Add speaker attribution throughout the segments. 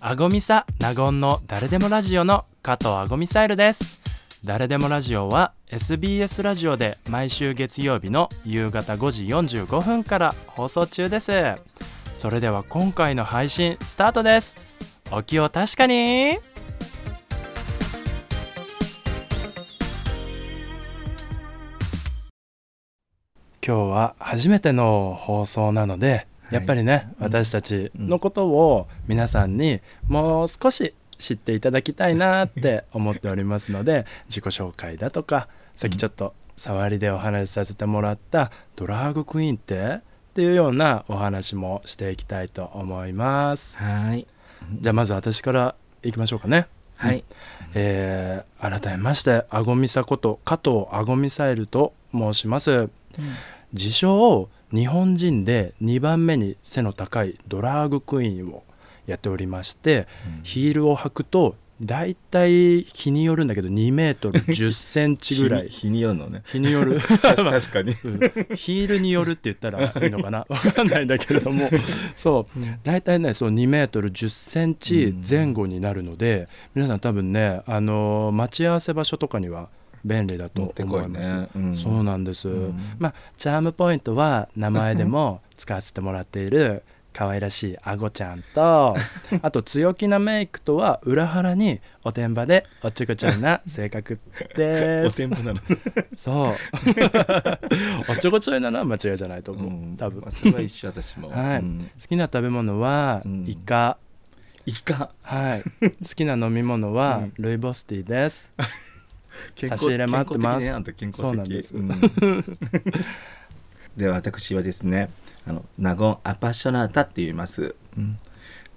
Speaker 1: あごみさ納言の誰でもラジオの加藤あごみサイルです誰でもラジオは SBS ラジオで毎週月曜日の夕方5時45分から放送中ですそれでは今回の配信スタートですお気を確かに今日は初めての放送なので、
Speaker 2: い
Speaker 1: やっぱりね、
Speaker 2: うん
Speaker 1: 私たちのことを皆さんにもう少し知っていただきたいなって思っておりますので自己紹介だとかさっきちょっと触りでお話しさせてもらったドラァグクイーンってっていうようなお話もしていきたいと思います。
Speaker 2: はい。
Speaker 1: じゃあまず私からいきましょうかね。
Speaker 2: はい。
Speaker 1: えー改めましてあごみさこと加藤あごみさえると申します。自称日本人で2番目に背の高いドラァグクイーンをやっておりましてヒールを履くとだいたい日によるんだけど2メートル10センチぐらい
Speaker 2: 日によるのね。
Speaker 1: 日による
Speaker 2: 確かに。
Speaker 1: うんヒールによるって言ったらいいのか なわかんないんだけれどもそう大体ねそう2メートル1 0センチ前後になるので、皆さん多分ね、あのー待ち合わせ場所とかには便利だ
Speaker 2: 持っ
Speaker 1: と
Speaker 2: て
Speaker 1: 思
Speaker 2: こ
Speaker 1: い
Speaker 2: い
Speaker 1: ま
Speaker 2: ね
Speaker 1: す。。
Speaker 2: うん
Speaker 1: そうなんです、
Speaker 2: うん
Speaker 1: まあチャームポイントは名前で も使わせてもらっている可愛らしいあごちゃん とあと強気なメイクとは裏腹におてんばでおっちょこちゃんな性格で
Speaker 2: お
Speaker 1: す
Speaker 2: 店舗なの。
Speaker 1: そうおっちょこちょいなのは間違いじゃないと思う、多分
Speaker 2: ま
Speaker 1: 好
Speaker 2: あそれ は一緒私も。
Speaker 1: はい
Speaker 2: うん
Speaker 1: きな食べ物は
Speaker 2: うん
Speaker 1: イカ、
Speaker 2: イカ
Speaker 1: はい好きな飲み物は
Speaker 2: うん
Speaker 1: ルイボスティーです、
Speaker 2: 健
Speaker 1: 差
Speaker 2: 康
Speaker 1: し入れ待ってます
Speaker 2: 健康的ねあんた健康的
Speaker 1: そうなんです
Speaker 2: うん では私はですね、あのナゴンアパッショナータって言います。うん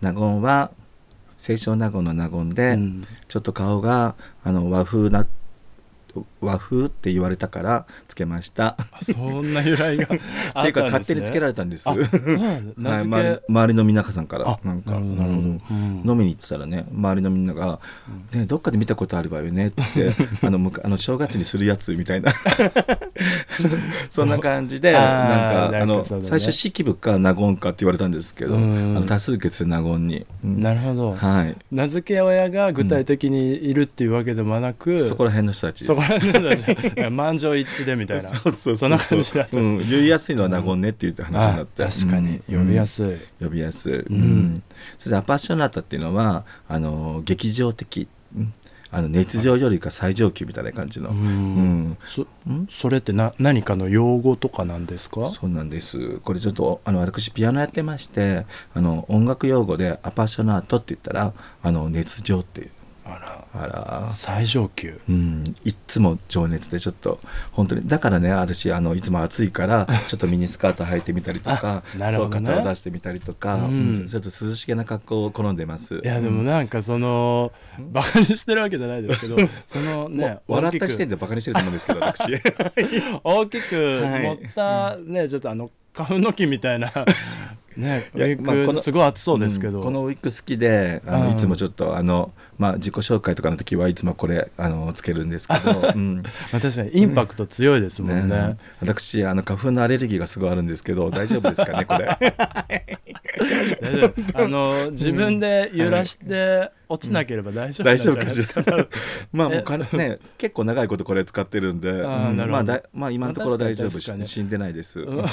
Speaker 2: ナゴンは清少納言の納言で、
Speaker 1: うん
Speaker 2: ちょっと顔があの和風な和風って言われたからつけました。
Speaker 1: あそんな由来が
Speaker 2: っ
Speaker 1: あ
Speaker 2: て
Speaker 1: っ
Speaker 2: いうか
Speaker 1: たんですね
Speaker 2: 勝手につけられたんです。
Speaker 1: あそうなんだ
Speaker 2: は
Speaker 1: 名
Speaker 2: い、
Speaker 1: 付
Speaker 2: 周
Speaker 1: け、
Speaker 2: り周りの皆さんから
Speaker 1: あ
Speaker 2: なんか
Speaker 1: なるほどなるほど、うん
Speaker 2: うん飲みに行ってたらね周りのみんなが「ね、どっかで見たことあるわよね」って 言ってあのむかあの正月にするやつみたいなそんな感じで
Speaker 1: あー
Speaker 2: なんかあ
Speaker 1: なん
Speaker 2: の
Speaker 1: かそうだね
Speaker 2: 最初式部か納言かって言われたんですけどあ
Speaker 1: うん
Speaker 2: の多数決で納言に。うん
Speaker 1: なるほど、
Speaker 2: はい
Speaker 1: 名付け親が具体的にいるっていうわけでもなく、
Speaker 2: そこら辺の人たち
Speaker 1: そこ ら辺なんだじ ゃあ満場一致でみたいな
Speaker 2: そうそうう
Speaker 1: そんな感じだった
Speaker 2: うん、言いやすいのは納言ねっていう話にな
Speaker 1: あ
Speaker 2: って
Speaker 1: 確かに呼びやすい、
Speaker 2: 呼びやすい、
Speaker 1: ん
Speaker 2: うんそれでアパッショナータっていうのはあの劇場的、うんあの熱情よりか最上級みたいな感じの、
Speaker 1: うん
Speaker 2: うん
Speaker 1: そ
Speaker 2: うん
Speaker 1: それってな何かの用語とかなんですか
Speaker 2: そうなんですこれちょっとあの私ピアノやってましてあの音楽用語でアパッショナートって言ったらあの熱情っていう
Speaker 1: あ
Speaker 2: あら
Speaker 1: ら最上級
Speaker 2: うん、いっつも情熱でちょっと本当にだからね私あのいつも暑い からちょっとミニスカート履いてみたりとか
Speaker 1: あなるほどね
Speaker 2: そう肩を出してみたりとか、
Speaker 1: うん
Speaker 2: うんちょっと涼しげな格好を好んでます
Speaker 1: いやでもなんかそのバカにしてるわけじゃないです けどその
Speaker 2: もう
Speaker 1: ね
Speaker 2: 笑
Speaker 1: 大
Speaker 2: っ
Speaker 1: き
Speaker 2: た時点
Speaker 1: く
Speaker 2: でバカにしてると思うんです けど私
Speaker 1: 大きく
Speaker 2: はい
Speaker 1: 持ったねちょっとあの花粉の木みたいなねウ
Speaker 2: いや
Speaker 1: ィ
Speaker 2: まあ
Speaker 1: ッ
Speaker 2: こ
Speaker 1: グ
Speaker 2: の
Speaker 1: すごい熱そうですけど、
Speaker 2: んこのウィッグ好きであの
Speaker 1: うん
Speaker 2: いつもちょっとあの、まあ、自己紹介とかの時はいつもこれあのつけるんですけ ど、うん
Speaker 1: まあ確かにインパクト強いですもんね
Speaker 2: ね私あの花粉のアレルギーがすごいあるんで すけど大丈夫ですかねこれ
Speaker 1: 大丈夫あの自分で揺らして落ちなければ大丈夫なん
Speaker 2: 大
Speaker 1: じ
Speaker 2: 丈
Speaker 1: ゃ
Speaker 2: 夫
Speaker 1: ない
Speaker 2: か
Speaker 1: で
Speaker 2: し
Speaker 1: すから
Speaker 2: まあも
Speaker 1: え
Speaker 2: うかね結構長いことこれ使ってるんで、
Speaker 1: あー
Speaker 2: うん
Speaker 1: なる
Speaker 2: ま
Speaker 1: ほ
Speaker 2: あ
Speaker 1: ど
Speaker 2: だまあ今のところ大丈夫
Speaker 1: 確か
Speaker 2: し
Speaker 1: に
Speaker 2: 死んでないです、
Speaker 1: うん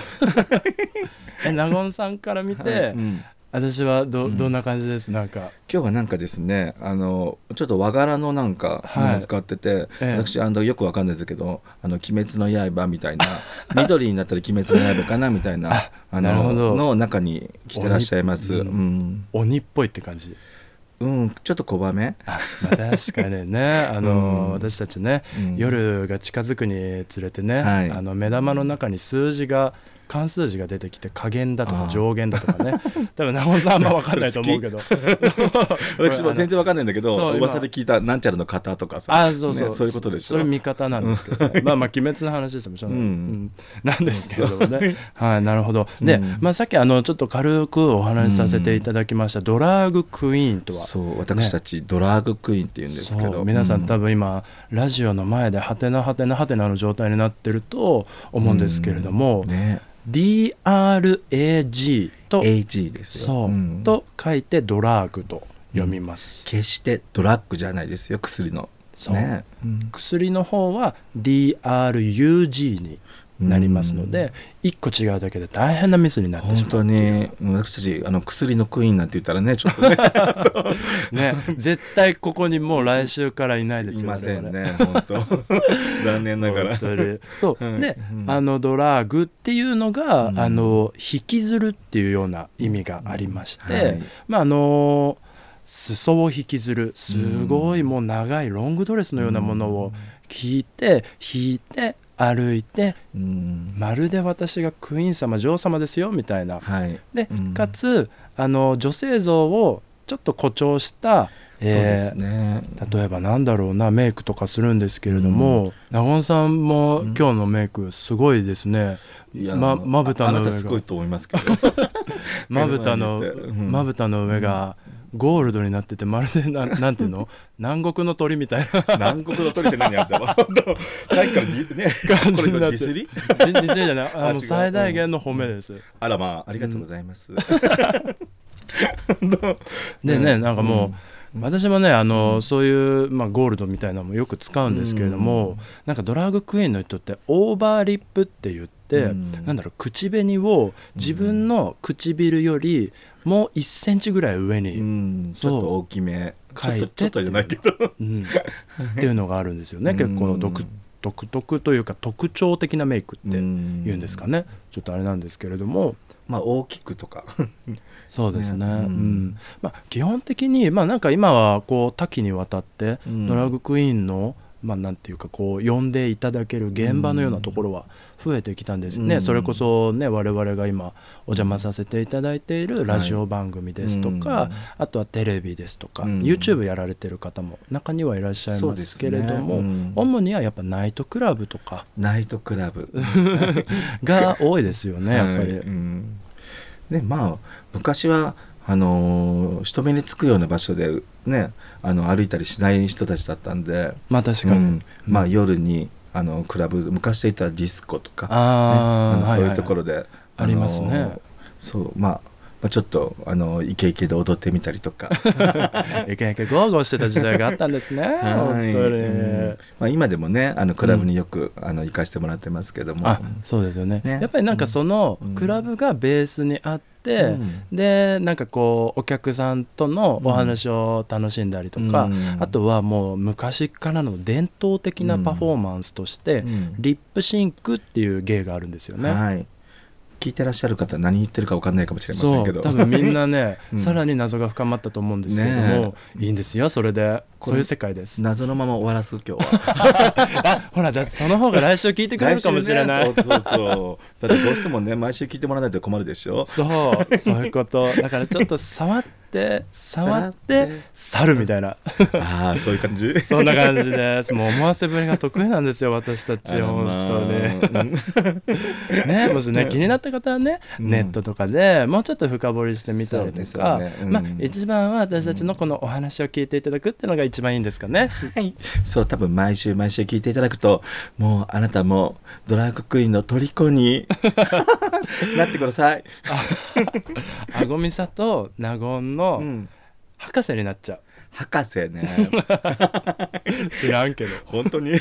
Speaker 1: え納言さんから見て、
Speaker 2: はいうん
Speaker 1: 私はどどんな感じです、なんか
Speaker 2: 今日はなんかですねあのちょっと和柄のなんか
Speaker 1: はい
Speaker 2: ものを使ってて、
Speaker 1: ええ
Speaker 2: 私あのよくわかんないですけど「あの鬼滅の刃」み たいな緑になったら「鬼滅の刃」かなみたいなあ
Speaker 1: なるほど
Speaker 2: のの中に着てらっしゃいます、
Speaker 1: 鬼
Speaker 2: うん
Speaker 1: 鬼っぽいって感じ
Speaker 2: うん、ちょっと小め、
Speaker 1: あ、まあ、確かに ねあの、
Speaker 2: うん
Speaker 1: 私たちね、
Speaker 2: うん
Speaker 1: 夜が近づくにつれてね、
Speaker 2: はい
Speaker 1: あの目玉の中に数字が関数字が出てきて加減だと
Speaker 2: あ
Speaker 1: か
Speaker 2: ー
Speaker 1: 上限だとかね 多分直子さんは分かんないと思うけど
Speaker 2: 私も全然わかんないんだけ
Speaker 1: そう
Speaker 2: ど
Speaker 1: 今
Speaker 2: 噂で聞いたなんちゃらの方とかさ
Speaker 1: あそうそう、
Speaker 2: ねそういうことでしょ
Speaker 1: それ見方なんですけど、ね、まあまあ鬼滅の話ですもんしょうがない、
Speaker 2: う
Speaker 1: う
Speaker 2: ん
Speaker 1: んなんですけれどもね はいなるほどで、
Speaker 2: うん
Speaker 1: まあさっきあのちょっと軽くお話しさせていただきました、ドラァグクイーンとは
Speaker 2: そう私たちドラァグクイーンって言うんですけ
Speaker 1: そ
Speaker 2: ど
Speaker 1: う皆さん
Speaker 2: う
Speaker 1: 多分今、ラジオの前でハテナハテナハテナの状態になってると思うんですけれども、
Speaker 2: ね
Speaker 1: DRAG と
Speaker 2: AG ですよ
Speaker 1: そう、
Speaker 2: ん
Speaker 1: と書いてドラッグと読みます、
Speaker 2: 決してドラッグじゃないですよ薬の
Speaker 1: そう
Speaker 2: ねうん
Speaker 1: 薬の方は DRUG になりますの
Speaker 2: う
Speaker 1: で、一個違うだけで大変なミスになってし
Speaker 2: 本
Speaker 1: まう
Speaker 2: 当にうん私たちあの薬のクイーンなんて言ったらねちょ っと
Speaker 1: ね
Speaker 2: ね
Speaker 1: 絶対ここにもう来週からいないですよ
Speaker 2: いません
Speaker 1: 我々
Speaker 2: ね本 当残念ながら
Speaker 1: 本当にそう、
Speaker 2: うん
Speaker 1: で、
Speaker 2: うん
Speaker 1: あのドラッグっていうのが、
Speaker 2: うん
Speaker 1: あの引きずるっていうような意味がありまして、
Speaker 2: はい
Speaker 1: まああの裾を引きずるすごいもう長いロングドレスのようなものを聞いて引いて歩いて
Speaker 2: うん
Speaker 1: まるで私がクイーン様女王様ですよみたいな
Speaker 2: はい
Speaker 1: で
Speaker 2: うん
Speaker 1: かつあの女性像をちょっと誇張した、
Speaker 2: そうで
Speaker 1: え
Speaker 2: すね
Speaker 1: ー例えばなんだろうなメイクとかするんですけれども、納言さんも今日のメイクすごいですね、
Speaker 2: いや
Speaker 1: ままぶたの
Speaker 2: ああ
Speaker 1: 上
Speaker 2: なたすごい
Speaker 1: が
Speaker 2: と思いますけど
Speaker 1: まぶたの
Speaker 2: うん
Speaker 1: まぶたの上がゴールドになっててまるでななんていうの南国の鳥みたい な
Speaker 2: 南国の鳥って何やったわ本当さっきからディね
Speaker 1: 感じになって
Speaker 2: これディスり
Speaker 1: 人生じゃない
Speaker 2: あ
Speaker 1: あ
Speaker 2: 違う
Speaker 1: の最大限の褒めです。
Speaker 2: あらまあありがとうござ います、
Speaker 1: でねなんかもう、私もねあの、
Speaker 2: うん
Speaker 1: そういう、まあ、ゴールドみたいなのもよく使うんですけれども、
Speaker 2: うん
Speaker 1: なんかドラァグクイーンの人ってオーバーリップって言って、
Speaker 2: うん
Speaker 1: なんだろう口紅を自分の唇よりもう1センチぐらい上
Speaker 2: う
Speaker 1: に、
Speaker 2: ん、ち
Speaker 1: そう
Speaker 2: ょっと大きめ
Speaker 1: 書い
Speaker 2: ちょ
Speaker 1: て
Speaker 2: っとちょっとじゃないけど
Speaker 1: うんっていうのがあるんですよね
Speaker 2: うん
Speaker 1: 結構独独特というか特徴的なメイクって言
Speaker 2: 言
Speaker 1: うんですかね、ちょっとあれなんですけれども
Speaker 2: まあ大きくとか
Speaker 1: そうですね、
Speaker 2: ねうん
Speaker 1: うんまあ、基本的に、まあ、なんか今はこう多岐にわたって
Speaker 2: うん
Speaker 1: ドラァグクイーンの、まあ、なんていうかこう呼んでいただける現場のようなところは増えてきたんですね、
Speaker 2: うん
Speaker 1: それこそね我々が今お邪魔させていただいているラジオ番組ですとか、
Speaker 2: はい
Speaker 1: あとはテレビですとか、
Speaker 2: うん
Speaker 1: YouTube やられてる方も中にはいらっしゃいますけれども、
Speaker 2: そうですねうん
Speaker 1: 主にはやっぱナイトクラブとか
Speaker 2: ナイトクラブ
Speaker 1: が多いですよねやっぱり。
Speaker 2: はいうんでまあ昔はあのー人目につくような場所でねあの歩いたりしない人たちだったんで、
Speaker 1: まあ確かに、
Speaker 2: うんまあ夜にあのクラブ昔で言ったらディスコとかね
Speaker 1: あー
Speaker 2: あのそう
Speaker 1: はは
Speaker 2: いう
Speaker 1: は
Speaker 2: ところで、
Speaker 1: ありますね
Speaker 2: のそうまあまあちょっとあのイケイケで踊ってみたりとか
Speaker 1: イケイケゴーゴーしてた時代があったんですね本
Speaker 2: はい
Speaker 1: 当に、
Speaker 2: うんまあ、今でもねあのクラブによく、あの行かしてもらってますけども
Speaker 1: あそうですよね
Speaker 2: ね
Speaker 1: やっぱりなんかその
Speaker 2: うん
Speaker 1: クラブがベースにあって、
Speaker 2: うん
Speaker 1: でなんかこうお客さんとのお話を楽しんだりとか、
Speaker 2: うん
Speaker 1: あとはもう昔からの伝統的なパフォーマンスとして、
Speaker 2: うん
Speaker 1: リップシンクっていう芸があるんですよね。
Speaker 2: はい聞いてらっしゃる方は何言ってるか分かんないかもしれませ
Speaker 1: そ
Speaker 2: んけ
Speaker 1: う
Speaker 2: ど
Speaker 1: 多分みんなね、
Speaker 2: うん
Speaker 1: さらに謎が深まったと思うんですけれども
Speaker 2: ね、
Speaker 1: いいんですよそれで
Speaker 2: これ
Speaker 1: そういう世界です
Speaker 2: 謎のまま終わらす今日は
Speaker 1: あほらだってその方が来週聞いてくれるかもしれない、
Speaker 2: 来週ね そうそうそうだってどうしてもね毎週聞いてもらわないと困るでし ょ
Speaker 1: そう、そういうこと。だからちょっと触って、触って、去るみたいな。
Speaker 2: ああそういう感じ
Speaker 1: そんな感じです。もう思わせぶりが得意なんですよ、私た
Speaker 2: あ
Speaker 1: ち。
Speaker 2: の
Speaker 1: 本
Speaker 2: まあ
Speaker 1: 当に。
Speaker 2: うん
Speaker 1: ね、もし ね、気になった方はね、
Speaker 2: うん
Speaker 1: ネットとかでもうちょっと深掘りしてみたり
Speaker 2: そうで
Speaker 1: と
Speaker 2: すよ
Speaker 1: か、
Speaker 2: ねうん
Speaker 1: まあ、一番は私たちのこのお話を聞いていただくっていうのが一番いいんですかね。
Speaker 2: はい、そう多分毎週毎週聞いていただくともうあなたもドラァグクイーンの虜 に なってください、
Speaker 1: あごみさと納言
Speaker 2: う
Speaker 1: の
Speaker 2: ん
Speaker 1: 博士になっちゃ
Speaker 2: 博士
Speaker 1: う。
Speaker 2: ね
Speaker 1: 知らんけど。
Speaker 2: 本当に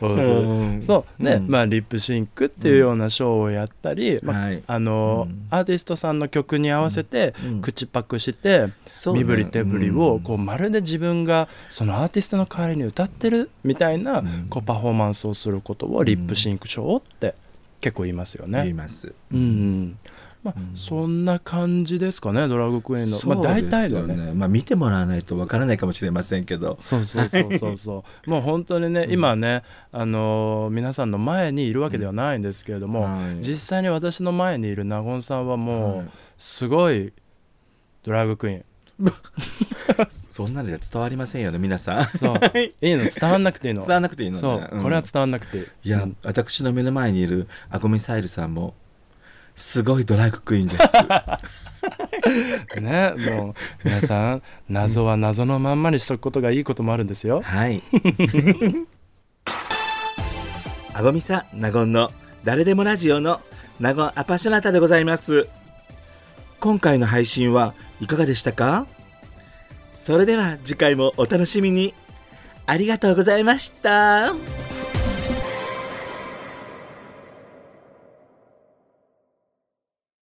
Speaker 2: うん
Speaker 1: そうね、
Speaker 2: うん
Speaker 1: まあリップシンクっていうようなショーをやったり、まあ
Speaker 2: はい
Speaker 1: あの
Speaker 2: うん
Speaker 1: アーティストさんの曲に合わせて
Speaker 2: うん
Speaker 1: 口パクして、
Speaker 2: そうね
Speaker 1: 身振り手振りを
Speaker 2: うん
Speaker 1: こうまるで自分がそのアーティストの代わりに歌ってるみたいな、
Speaker 2: ん
Speaker 1: こうパフォーマンスをすることをリップシンクショーって結構言いますよ
Speaker 2: 言い
Speaker 1: ね。
Speaker 2: ます
Speaker 1: うんうんまあ、そんな感じですかねドラァグクイーンの、まあ、大体だ
Speaker 2: そ
Speaker 1: よ
Speaker 2: うです
Speaker 1: ね。
Speaker 2: まあ見てもらわないとわからないかもしれませんけど
Speaker 1: そうそうそうそうそ うもう本当にね今ね、あのー皆さんの前にいるわけではないんですけれども、
Speaker 2: はい
Speaker 1: 実際に私の前にいる納言さんはもう、
Speaker 2: はい
Speaker 1: すごいドラァグクイーン
Speaker 2: そんなのじゃ伝わりませんよね皆さん
Speaker 1: そういいの伝わんなくていいの
Speaker 2: 伝わらなくていいのね
Speaker 1: そう、
Speaker 2: ん
Speaker 1: これは伝わんなくていい
Speaker 2: いや、
Speaker 1: うん
Speaker 2: 私の目の前にいるアゴミサイルさんもすごいドラァグクイーンです
Speaker 1: ねもう皆さん謎は謎のまんまにしとくことがいいこともあるんですよ
Speaker 2: はい。あごみさ納言の誰でもラジオの納言アパショナタでございます。今回の配信はいかがでしたかそれでは次回もお楽しみにありがとうございました。